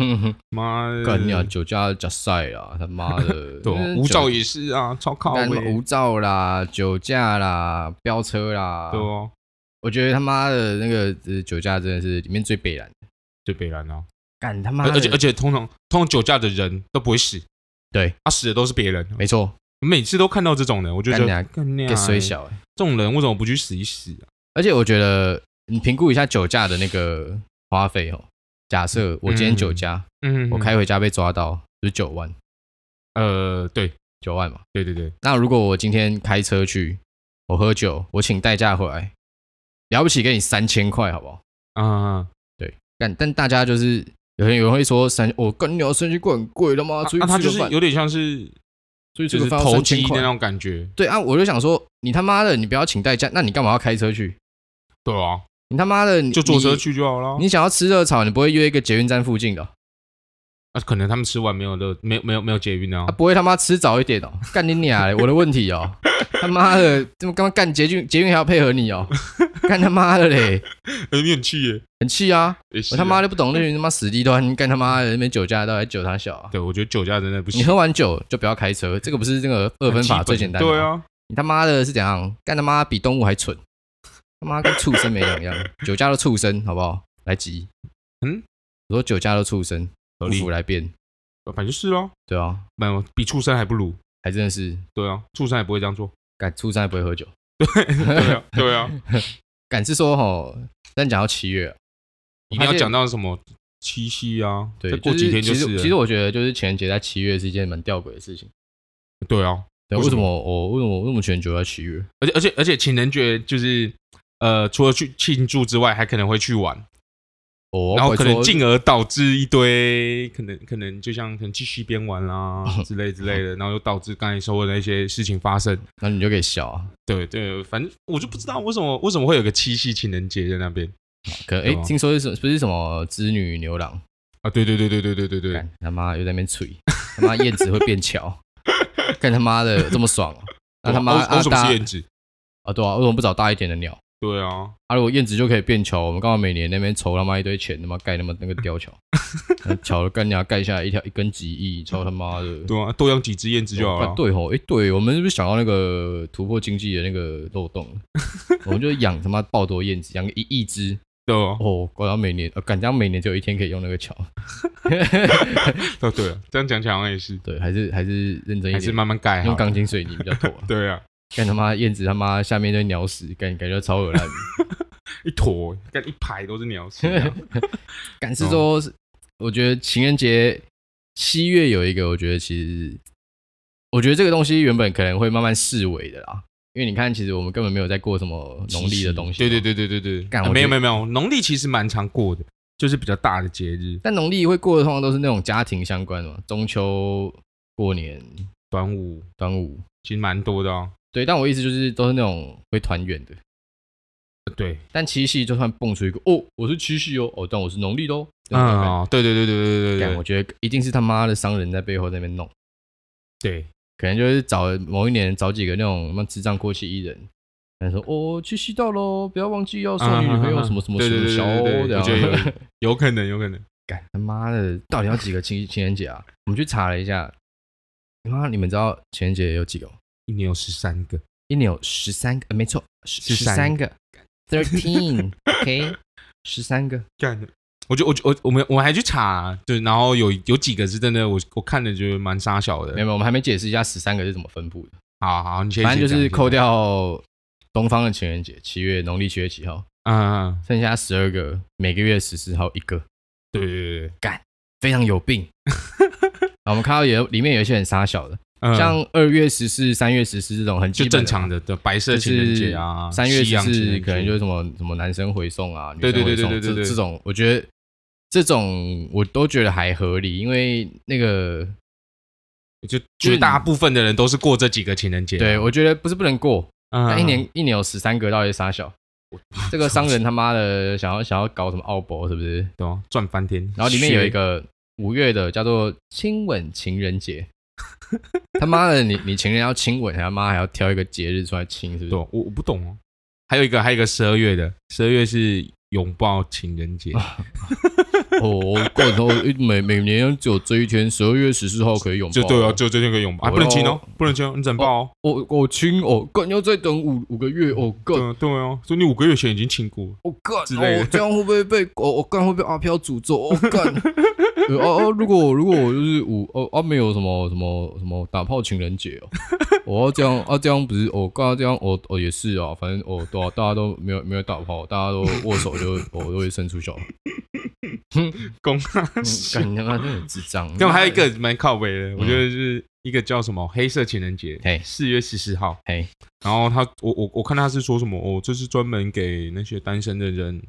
Speaker 1: 妈的，
Speaker 2: 干你啊！酒驾加赛啊！他妈 的，
Speaker 1: 对啊
Speaker 2: 嗯
Speaker 1: 无照
Speaker 2: 酒
Speaker 1: 也是啊，超靠
Speaker 2: 干
Speaker 1: 北
Speaker 2: 什么无照啦、酒驾啦、飙车啦，
Speaker 1: 对啊，
Speaker 2: 我觉得他妈的那个呃酒驾真的是里面最北蓝，
Speaker 1: 最北蓝啊，
Speaker 2: 干他妈
Speaker 1: 而
Speaker 2: 的，
Speaker 1: 而且而且通常通常酒驾的人都不会死，
Speaker 2: 对，
Speaker 1: 他死的都是别人，
Speaker 2: 没错，
Speaker 1: 每次都看到这种人，我就觉
Speaker 2: 干你啊
Speaker 1: 得干你啊
Speaker 2: 给虽小、欸，
Speaker 1: 这种人为什么不去死一死啊？
Speaker 2: 而且我觉得你评估一下酒驾的那个花费哦，假设我今天酒驾，
Speaker 1: 嗯
Speaker 2: 我开回家被抓到就是九万，
Speaker 1: 呃，对
Speaker 2: 九万嘛。
Speaker 1: 对对对，
Speaker 2: 那如果我今天开车去，我喝酒，我请代驾回来，了不起给你三千块，好不好？
Speaker 1: 啊，
Speaker 2: 但但大家就是有人有人会说三，我、哦、干你啊，三千块很贵的嘛，
Speaker 1: 那
Speaker 2: 出去
Speaker 1: 他
Speaker 2: 吃
Speaker 1: 就
Speaker 2: 个
Speaker 1: 是
Speaker 2: 饭，
Speaker 1: 有点像是
Speaker 2: 出
Speaker 1: 就
Speaker 2: 去吃个
Speaker 1: 是
Speaker 2: 饭要
Speaker 1: 投机
Speaker 2: 3000块
Speaker 1: 的那种感觉，
Speaker 2: 对啊，我就想说，你他妈的，你不要请代驾，那你干嘛要开车去？
Speaker 1: 对啊，
Speaker 2: 你他妈的，你
Speaker 1: 就坐车去就好了
Speaker 2: 你。。你想要吃热炒，你不会约一个捷运站附近的哦、
Speaker 1: 啊，可能他们吃完没有的，没有没有没有捷运啊
Speaker 2: 啊？，不会他妈吃早一点哦？干你娘嘞！我的问题哦，他妈的，怎么刚刚干捷运，捷运还要配合你哦？干他妈的嘞，
Speaker 1: 有点哎气耶，
Speaker 2: 很气啊！
Speaker 1: 也是
Speaker 2: 我
Speaker 1: 啊
Speaker 2: 他妈的不懂那群他妈死低端，干他妈的那边酒驾到底酒他小啊！
Speaker 1: 对，我觉得酒驾真的不
Speaker 2: 你
Speaker 1: 行，
Speaker 2: 喝完酒就不要开车，这个不是那个二分
Speaker 1: 很基
Speaker 2: 法
Speaker 1: 本
Speaker 2: 最简单的吗
Speaker 1: 对啊，
Speaker 2: 你他妈的是怎样？干他妈比动物还蠢，他妈跟畜生没两 样，酒驾的畜生，好不好？来急，
Speaker 1: 嗯，
Speaker 2: 我说酒驾的畜生，
Speaker 1: 合
Speaker 2: 不
Speaker 1: 理
Speaker 2: 服来辩，
Speaker 1: 反正就是咯，
Speaker 2: 对啊，
Speaker 1: 没有比畜生还不如，
Speaker 2: 还真的是，
Speaker 1: 对啊，畜生也不会这样做，
Speaker 2: 干畜生还不会喝酒，
Speaker 1: 对啊，对啊，
Speaker 2: 敢是说吼，但讲到七月啊，
Speaker 1: 一定要
Speaker 2: 我发现
Speaker 1: 讲到什么七夕啊，
Speaker 2: 对，
Speaker 1: 再过几天就是
Speaker 2: 其实
Speaker 1: 了
Speaker 2: 其实我觉得就是情人节在七月是一件蛮吊诡的事情，
Speaker 1: 对啊，
Speaker 2: 对，
Speaker 1: 为
Speaker 2: 为
Speaker 1: 什
Speaker 2: 什
Speaker 1: 么
Speaker 2: 么我为什么为什么情人节在七月？
Speaker 1: 而且而且而且情人节就是呃，除了去庆祝之外，还可能会去玩，
Speaker 2: 哦，
Speaker 1: 然后
Speaker 2: 我
Speaker 1: 可
Speaker 2: 说
Speaker 1: 能进而导致一堆可能可能就像可能去溪边玩 啦之类之类的，然后又导致刚才说的那些事情发生。
Speaker 2: 那你就给笑啊，
Speaker 1: 对对，反正我就不知道为什么为什么会有个七夕情人节在那边。
Speaker 2: 可哎
Speaker 1: 对，啊
Speaker 2: 听说是什不是什么织女牛郎，
Speaker 1: 啊，对对对对对对对对，
Speaker 2: 干他妈又在那边吹，他妈燕子会变巧， 干他妈的这 么爽、啊，那他妈
Speaker 1: 欧
Speaker 2: 啊
Speaker 1: 什
Speaker 2: 大
Speaker 1: 么是燕子？
Speaker 2: 啊对啊，为什么不找大一点的鸟？
Speaker 1: 对啊，
Speaker 2: 啊，如果燕子就可以变桥，我们刚好每年那边筹他妈一堆钱，他妈盖那么那个 吊桥，那桥干你盖下来一条一根几亿，超他妈的！
Speaker 1: 对啊，多养几只燕子就好
Speaker 2: 啊
Speaker 1: 了。
Speaker 2: 对吼，哎、对我们是不是想要那个突破经济的那个漏 洞？我们就养他妈爆多燕子，养个一亿只
Speaker 1: 对啊，
Speaker 2: 哦，果然每年呃，敢讲每年就有一天可以用那个桥，
Speaker 1: 哦对啊，这样讲起来好像也是，
Speaker 2: 对，还是还是认真一
Speaker 1: 还是
Speaker 2: 点，
Speaker 1: 慢慢盖
Speaker 2: 用
Speaker 1: 好。。
Speaker 2: 钢筋水泥比较妥、啊
Speaker 1: 对啊，
Speaker 2: 干他妈燕子他妈下面一堆鸟屎，干感觉超 恶烂的。
Speaker 1: 一坨干一排都是鸟屎啊。
Speaker 2: 赶是说，
Speaker 1: 哦
Speaker 2: 我觉得情人节七月有一个，我觉得其实，我觉得这个东西原本可能会慢慢视为的啦，因为你看，其实我们根本没有在过什么农历的东西，
Speaker 1: 对对。对对对对，
Speaker 2: 干
Speaker 1: 啊
Speaker 2: 我觉
Speaker 1: 没有
Speaker 2: 得
Speaker 1: 没有没有，农历其实蛮常过的，就是比较大的节日，
Speaker 2: 但农历会过的通常都是那种家庭相关的嘛，中秋、过年、
Speaker 1: 端午
Speaker 2: 端午。
Speaker 1: 其实蛮多的啊。
Speaker 2: 对，但我意思就是都是那种会团圆的。
Speaker 1: 呃对，
Speaker 2: 但七夕就算蹦出一个哦，我是七夕哦，哦，但我是农历的哦。
Speaker 1: 嗯
Speaker 2: 嗯，
Speaker 1: 哦，对对对对对
Speaker 2: 干
Speaker 1: 对对
Speaker 2: 我觉得一定是他妈的商人在背后在那边弄。
Speaker 1: 对，
Speaker 2: 可能就是找某一年找几个那种什么智障过气艺人，然后说哦七夕到喽，不要忘记要送
Speaker 1: 嗯
Speaker 2: 你女朋友什么什么
Speaker 1: 对
Speaker 2: 什
Speaker 1: 对
Speaker 2: 么
Speaker 1: 对
Speaker 2: 小
Speaker 1: 对
Speaker 2: 欧
Speaker 1: 对，
Speaker 2: 的
Speaker 1: 我
Speaker 2: 啊。
Speaker 1: 觉得有有可能有可能，
Speaker 2: 干 他妈的，到底要几个情情人节啊？我们去查了一下，你妈你们知道情人节有几个吗？
Speaker 1: 一年有十三个，
Speaker 2: 一年有十三个，呃没错，十
Speaker 1: 13
Speaker 2: 三个，thirteen，OK，十三个。
Speaker 1: 干的。我就我就我我们我还去查，对，然后有有几个是真的，我我看了觉得蛮沙小
Speaker 2: 没有，
Speaker 1: 的。
Speaker 2: 没有我们还没解释一下十三个是怎么分布的。
Speaker 1: 好好，你先
Speaker 2: 反正就
Speaker 1: 先
Speaker 2: 是
Speaker 1: 讲
Speaker 2: 扣，掉东方的情人节，七月农历七月几号，
Speaker 1: 嗯嗯，嗯
Speaker 2: 剩下十二个，每个月十四号一个。
Speaker 1: 对对对对，
Speaker 2: 非常 有病。啊，我们看到有里面有一些很傻小的，
Speaker 1: 嗯
Speaker 2: 像二月十四、三月十四这种很基
Speaker 1: 就
Speaker 2: 本的
Speaker 1: 正常的对白色情人节啊，
Speaker 2: 三月
Speaker 1: 西
Speaker 2: 十
Speaker 1: 洋情
Speaker 2: 四
Speaker 1: 人节
Speaker 2: 可能就是什么什么男生回送啊，女
Speaker 1: 对
Speaker 2: 生
Speaker 1: 对对
Speaker 2: 回送
Speaker 1: 对对对对
Speaker 2: 这这种，我觉得这种我都觉得还合理，因为那个
Speaker 1: 就绝大部分的人都是过这几个情人节啊。
Speaker 2: 对我觉得不是不能过，
Speaker 1: 嗯，
Speaker 2: 嗯但一年一年有十三个到底是傻小，这个商人他妈的想要想要搞什么奥博是不是？
Speaker 1: 对啊赚翻天。
Speaker 2: 然后里面有一
Speaker 1: 学，
Speaker 2: 个五月的叫做亲吻情人节，他妈的，你你情人要亲吻，他妈还要挑一个节日出来亲，是
Speaker 1: 对
Speaker 2: 不是？
Speaker 1: 啊，我我不懂哦。还有一个，还有一个十二月的，十二月是拥抱情人节，
Speaker 2: 啊哦，我过头每每年只有这一天，十二月十四号可以拥抱。
Speaker 1: 就对啊，就就那个拥抱，啊不能亲哦，不能亲哦，你只能抱哦。
Speaker 2: 我我亲哦，更要再等五五个月哦，
Speaker 1: 对
Speaker 2: 更
Speaker 1: 啊对哦，所以你五个月前已经亲过了，
Speaker 2: 我更
Speaker 1: 之类的
Speaker 2: 哦，这样会不会被我我更会被阿飘诅咒？哦 我更呃哦哦，如果如果我就是五哦啊没有什么什么什么打炮情人节哦，我要这样啊这样不是我刚刚这样我我也是啊，反正我对啊大家都没有没有打炮，大家都握手就我都会生出小孩，
Speaker 1: 公
Speaker 2: 嗯干你他妈真的很智障。
Speaker 1: 那么还有一个蛮靠北的，我觉得是一个叫什么黑色情人节
Speaker 2: 嘿，
Speaker 1: 四月十四号。
Speaker 2: 嘿，
Speaker 1: 然后他，我我我看他是说什么哦，这是专门给那些单身的人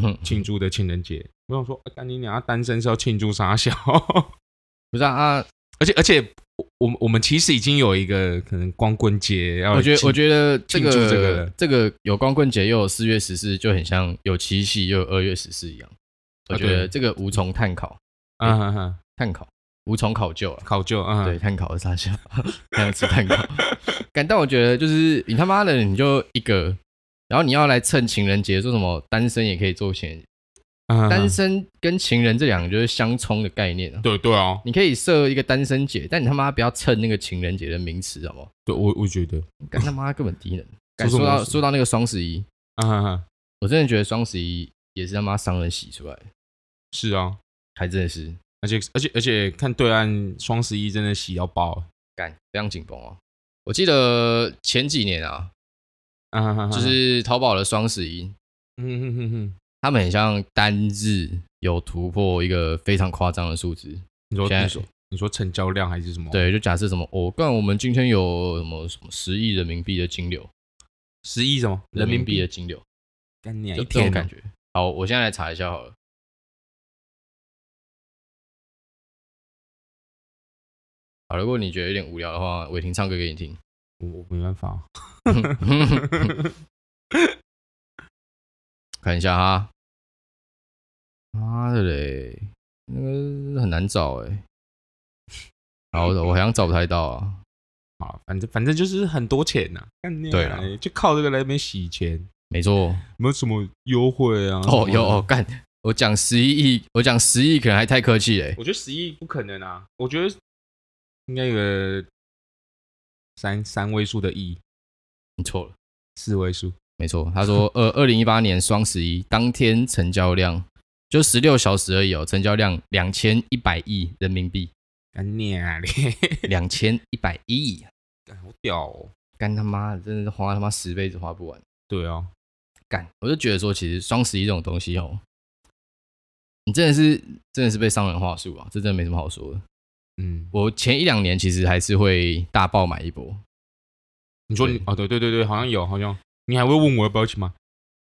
Speaker 2: 哼
Speaker 1: 庆祝的情人节。我想说，啊干、你娘，单身是要庆祝啥小？
Speaker 2: 不是啊啊，
Speaker 1: 而且而且，我我们我们其实已经有一个可能光棍节要庆，
Speaker 2: 我觉得我觉得这个
Speaker 1: 庆祝这个了
Speaker 2: 这个有光棍节又有四月十四，就很像有七夕又有二月十四一样，我
Speaker 1: 啊
Speaker 2: 觉得
Speaker 1: 对
Speaker 2: 这个无从探讨。
Speaker 1: 嗯哼哼，
Speaker 2: 碳烤，无从考究了。
Speaker 1: 考究嗯，
Speaker 2: 对，，碳烤是啥笑？ 还想吃碳烤？干，但我觉得就是你他妈的你就一个，然后你要来蹭情人节，说什么单身也可以做情人节，
Speaker 1: 嗯、
Speaker 2: 单身跟情人这两个就是相冲的概念啊。
Speaker 1: 对对啊，
Speaker 2: 你可以设一个单身节，但你他妈不要蹭那个情人节的名词，好不好？
Speaker 1: 对我我觉得，
Speaker 2: 干他妈根本低能。干
Speaker 1: 说什
Speaker 2: 说
Speaker 1: 么
Speaker 2: 到说到那个双十一，
Speaker 1: 嗯哼哼，
Speaker 2: 我真的觉得双十一也是他妈商人洗出来的，
Speaker 1: 是啊，
Speaker 2: 还真的是
Speaker 1: 而且而且而且看对岸双十一真的洗到爆，
Speaker 2: 干非常紧绷哦。我记得前几年啊，
Speaker 1: 嗯哼哼，
Speaker 2: 就是淘宝的双十一，
Speaker 1: 嗯哼哼哼，
Speaker 2: 他们很像单日有突破一个非常夸张的数值。
Speaker 1: 你说
Speaker 2: 现在
Speaker 1: 你说你说成交量还是什么？，
Speaker 2: 对，就假设什么，我、哦、干我们今天有什么什么十亿人民币的金流，
Speaker 1: 十亿什么人民
Speaker 2: 币
Speaker 1: 币
Speaker 2: 的？金流，
Speaker 1: 干你啊
Speaker 2: 有
Speaker 1: 一
Speaker 2: 这种
Speaker 1: 天
Speaker 2: 感
Speaker 1: 感觉
Speaker 2: 觉。好，我现在来查一下好了。好，如果你觉得有点无聊的话，伟霆唱歌给你听。
Speaker 1: 我我没办法，
Speaker 2: 看一下哈，妈的嘞！那个很难找哎、然后我我好像找不太到啊。
Speaker 1: 啊，反正反正就是很多钱呐、干你
Speaker 2: 对
Speaker 1: 啊
Speaker 2: 啊，
Speaker 1: 就靠这个来那边洗钱，
Speaker 2: 没错，
Speaker 1: 有没有什么优惠啊？
Speaker 2: 哦
Speaker 1: 什么
Speaker 2: 有哦，干，我讲十一亿，我讲十亿可能还太客气哎、
Speaker 1: 我觉得十亿不可能啊，我觉得应该有个三三位数的亿，
Speaker 2: 你错了，
Speaker 1: 四位数。
Speaker 2: 没错。他说呃，二零一八年双十一当天成交量就十六小时而已哦，成交量两千一百亿人民币，
Speaker 1: 干你啊 嘞！
Speaker 2: 两千一百亿，啊
Speaker 1: 干好屌哦！
Speaker 2: 干他妈的，真的是花他妈十辈子花不完。
Speaker 1: 对啊，
Speaker 2: 干，我就觉得说，其实双十一这种东西哦，你真的是真的是被商人话术啊，这真的没什么好说的。
Speaker 1: 嗯，
Speaker 2: 我前一两年其实还是会大爆买一波，
Speaker 1: 你说你
Speaker 2: 对
Speaker 1: 哦，对对对对，好像有，好像你还会问我要不要去吗？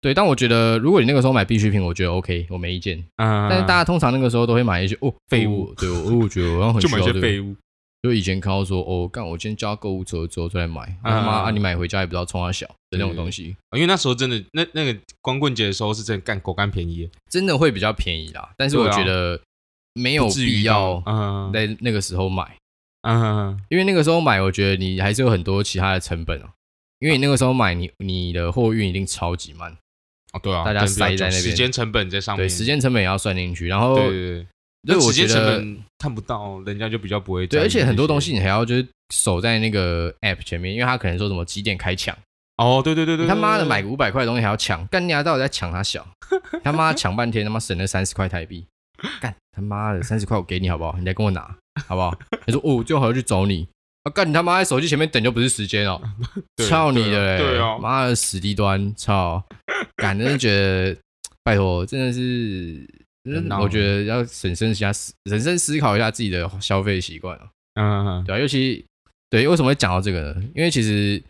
Speaker 2: 对，但我觉得如果你那个时候买必需品，我觉得 OK，我没意见。
Speaker 1: 嗯，
Speaker 2: 但是大家通常那个时候都会买一些哦
Speaker 1: 废物
Speaker 2: 哦对我哦我觉得我好像很
Speaker 1: 就
Speaker 2: 需要
Speaker 1: 买一些
Speaker 2: 这个
Speaker 1: 废物，
Speaker 2: 就以前看到说哦，干我今天加购物车之后再来买，他
Speaker 1: 嗯
Speaker 2: 妈啊你买回家也不知道冲它小的那种东西，
Speaker 1: 啊因为那时候真的那那个光棍节的时候是真的干狗干便宜，
Speaker 2: 真的会比较便宜啦。但是
Speaker 1: 对
Speaker 2: 我
Speaker 1: 啊
Speaker 2: 觉得没有
Speaker 1: 不至于
Speaker 2: 必要
Speaker 1: 到嗯
Speaker 2: 在那个时候买，
Speaker 1: 嗯
Speaker 2: 因为那个时候买，我觉得你还是有很多其他的成本哦、因为你那个时候买，你你的货运一定超级慢，
Speaker 1: 哦对啊，
Speaker 2: 大家
Speaker 1: 真的比较
Speaker 2: 塞在
Speaker 1: 久
Speaker 2: 那边
Speaker 1: 时间成本在上面，
Speaker 2: 对，时间成本也要算进去。然后，
Speaker 1: 对对对，
Speaker 2: 对
Speaker 1: 那
Speaker 2: 我
Speaker 1: 时间
Speaker 2: 觉
Speaker 1: 成
Speaker 2: 得，
Speaker 1: 本看不到，人家就比较不会在意这
Speaker 2: 对，
Speaker 1: 些。
Speaker 2: 而且很多东西你还要就是守在那个 app 前面，因为他可能说什么几点开抢，
Speaker 1: 哦，对对对对，
Speaker 2: 你他妈的
Speaker 1: 对
Speaker 2: 买个五百块的东西还要抢，干你丫到底在抢他小？他妈抢半天，他妈省了三十块台币，干他妈的三十块我给你好不好？你来跟我拿好不好？他说哦，我就好像去找你啊，干你他妈在手机前面等就不是时间哦，
Speaker 1: 对
Speaker 2: 操你
Speaker 1: 对啊
Speaker 2: 的嘞，
Speaker 1: 对啊
Speaker 2: 妈的死低端，操，干真的觉得，拜托，真的是。
Speaker 1: 很恼
Speaker 2: 我觉得要审慎一下，审慎思考一下自己的消费习惯啊。
Speaker 1: 嗯嗯嗯
Speaker 2: 对啊，尤其对，为什么会讲到这个呢？因为其实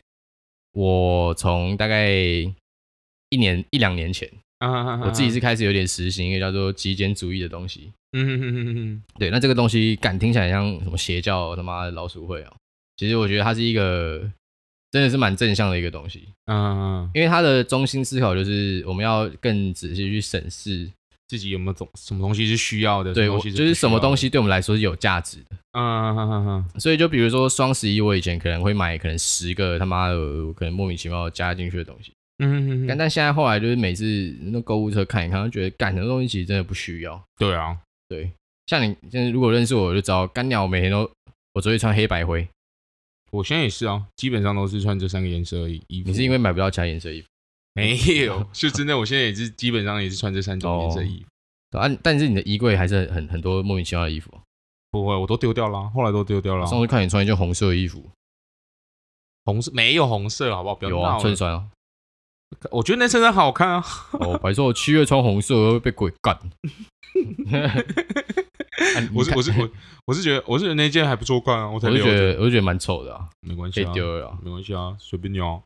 Speaker 2: 我从大概一年一两年前，
Speaker 1: 嗯嗯，
Speaker 2: 我自己是开始有点实行一个叫做极简主义的东西。
Speaker 1: 嗯嗯嗯嗯嗯
Speaker 2: 对，那这个东西敢听起来像什么邪教他妈的老鼠会哦、其实我觉得它是一个真的是蛮正向的一个东西，
Speaker 1: 嗯嗯，
Speaker 2: 因为它的中心思考就是我们要更仔细去审视，
Speaker 1: 自己有没有东什么东西是需要的？
Speaker 2: 对
Speaker 1: 什么
Speaker 2: 我
Speaker 1: 东西
Speaker 2: 就是什么东
Speaker 1: 不需要的
Speaker 2: 西对我们来说是有价值的。
Speaker 1: 嗯嗯嗯嗯嗯
Speaker 2: 所以就比如说双十一，我以前可能会买可能十个他妈的我可能莫名其妙加进去的东西。
Speaker 1: 嗯嗯嗯
Speaker 2: 但
Speaker 1: 嗯，
Speaker 2: 但现在后来就是每次那购物车看一看，就觉得干很多东西其实真的不需要。
Speaker 1: 对啊，
Speaker 2: 对，像你现在如果认识我，我就知道干鸟我每天都我只会穿黑白灰。
Speaker 1: 我现在也是啊，基本上都是穿这三个颜色而已。衣服
Speaker 2: 你是因为买不到其他颜色衣服
Speaker 1: 没有，是真的，我现在也是基本上也是穿这三种颜色衣服。
Speaker 2: 对啊，但是你的衣柜还是很很很多莫名其妙的衣服。啊
Speaker 1: 不会，我都丢掉了，后来都丢掉了。
Speaker 2: 上次看你穿一件红色的衣服，
Speaker 1: 红色没有红色，好不好？不要
Speaker 2: 有
Speaker 1: 闹
Speaker 2: 啊，
Speaker 1: 了
Speaker 2: 衬。衫 啊。
Speaker 1: 我觉得那衬衫好看啊，
Speaker 2: 哦，白说我七月穿红色会被鬼 干。啊你
Speaker 1: 我是
Speaker 2: 看
Speaker 1: 我是我我是觉得我是觉得那件还不错看啊，我才
Speaker 2: 我
Speaker 1: 留
Speaker 2: 就觉
Speaker 1: 着。
Speaker 2: 得我就觉得蛮丑的啊，
Speaker 1: 没关
Speaker 2: 可
Speaker 1: 系
Speaker 2: 以
Speaker 1: 啊，
Speaker 2: 丢了啊。
Speaker 1: 没关系啊，随便你啊。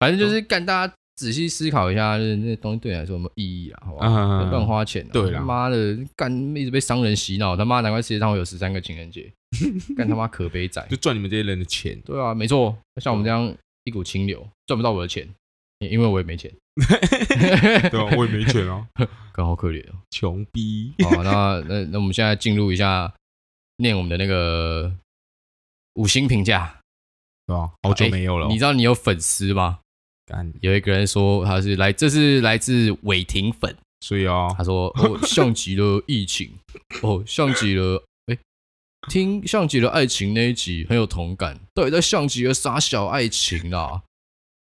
Speaker 2: 反
Speaker 1: 哦
Speaker 2: 正就是干，大家仔细思考一下，就是那东西对你来说有没有意义啊？好不好？
Speaker 1: 嗯
Speaker 2: 不要乱花钱、啊，
Speaker 1: 对啦
Speaker 2: 他妈的，干一直被商人洗脑，他妈难怪世界上会有十三个情人 节，干他妈可悲仔。
Speaker 1: 就赚你们这些人的 钱。
Speaker 2: 对啊，没错，像我们这样一股清流，赚不到我的钱，因因为我也没钱，
Speaker 1: 对啊，我也没钱啊，
Speaker 2: 干好可怜哦。
Speaker 1: 穷逼。
Speaker 2: 好，那那那我们现在进入一下，念我们的那个五星评价。
Speaker 1: 对啊，好久
Speaker 2: 哎
Speaker 1: 没有了哦。
Speaker 2: 你知道你有粉丝吗？
Speaker 1: 干，
Speaker 2: 有一个人说他是来，这是来自伟霆粉。
Speaker 1: 所以啊，
Speaker 2: 他说：“哦，像极了疫情，哦，像极了，哎、听像极了爱情那一集很有同感，到底在像极了啥小爱情啦、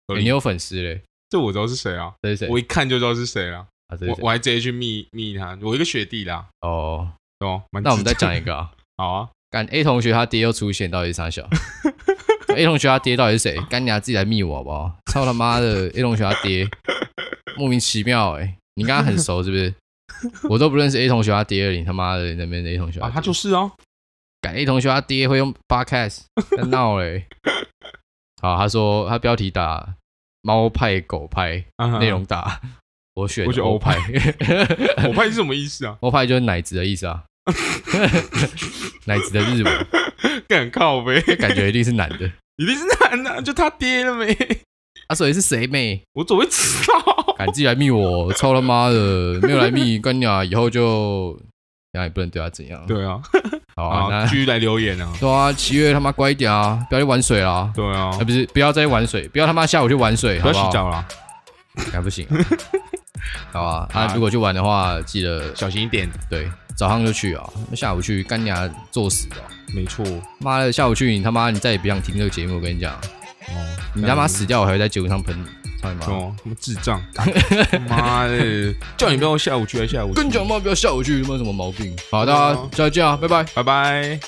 Speaker 1: 合
Speaker 2: 诶
Speaker 1: 理
Speaker 2: 你有粉丝嘞？
Speaker 1: 这我知道是谁啊，
Speaker 2: 这是谁？
Speaker 1: 我一看就知道是谁了。
Speaker 2: 啊，这是
Speaker 1: 我
Speaker 2: 谁？
Speaker 1: 我还直接去密密他，我一个学弟啦，
Speaker 2: 哦，
Speaker 1: 对吧？蛮
Speaker 2: 那我们再
Speaker 1: 智障
Speaker 2: 讲一个啊，
Speaker 1: 好啊，
Speaker 2: 干 A 同学他爹又出现，到底是啥小？A 同学他爹到底是谁？干你娘自己来密我好不好？操他妈的！A 同学他爹莫名其妙哎、你跟他很熟是不是？ 我都不认识 A 同学他爹了，你他妈的那边的 A 同学
Speaker 1: 啊，
Speaker 2: 爹
Speaker 1: 他就是啊，
Speaker 2: 感 A 同学他啊爹会用 podcast，在 闹嘞。好，他说他标题打猫派狗派，内
Speaker 1: 内
Speaker 2: 容打我选
Speaker 1: 嗯我选
Speaker 2: 欧派，
Speaker 1: 我派是什么意思啊？
Speaker 2: 欧派就是奶子的意思啊， 奶子的日文，
Speaker 1: 干靠呗，
Speaker 2: 这感觉一定是男的。
Speaker 1: 一定是男的，就他爹了没？
Speaker 2: 啊，所以是谁妹？
Speaker 1: 我怎么会知道？
Speaker 2: 敢自己来密我，操他妈的，没有来密，干你啊！以后就然后也不能对他怎样。，
Speaker 1: 对啊，
Speaker 2: 好啊，
Speaker 1: 啊，
Speaker 2: 那
Speaker 1: 继续来留言啊，
Speaker 2: 对啊，七月他妈乖一点啊，不要去玩水啦。
Speaker 1: 对啊
Speaker 2: 啊，，不是，不要再玩水，不要他妈下午去玩水，
Speaker 1: 不要
Speaker 2: 好
Speaker 1: 洗
Speaker 2: 好？
Speaker 1: 澡啦，
Speaker 2: 哎不行啊、 好啊，啊，
Speaker 1: 啊
Speaker 2: 如果去玩的话，记得
Speaker 1: 小心一点，
Speaker 2: 对早上就去啊，下午去干牙作死哦。
Speaker 1: 没错，
Speaker 2: 妈的，下午去你他妈，你再也不想听这个节目，我跟你讲，
Speaker 1: 哦，
Speaker 2: 你他妈死掉，我还会在节目上喷你，操你妈！
Speaker 1: 哦，什么智 障，干妈的，叫你不要下午去，还下午去，
Speaker 2: 跟你讲嘛，不要下午去，他妈什么毛病？好的啊，
Speaker 1: 对啊
Speaker 2: 再见啊，拜拜。
Speaker 1: 拜拜。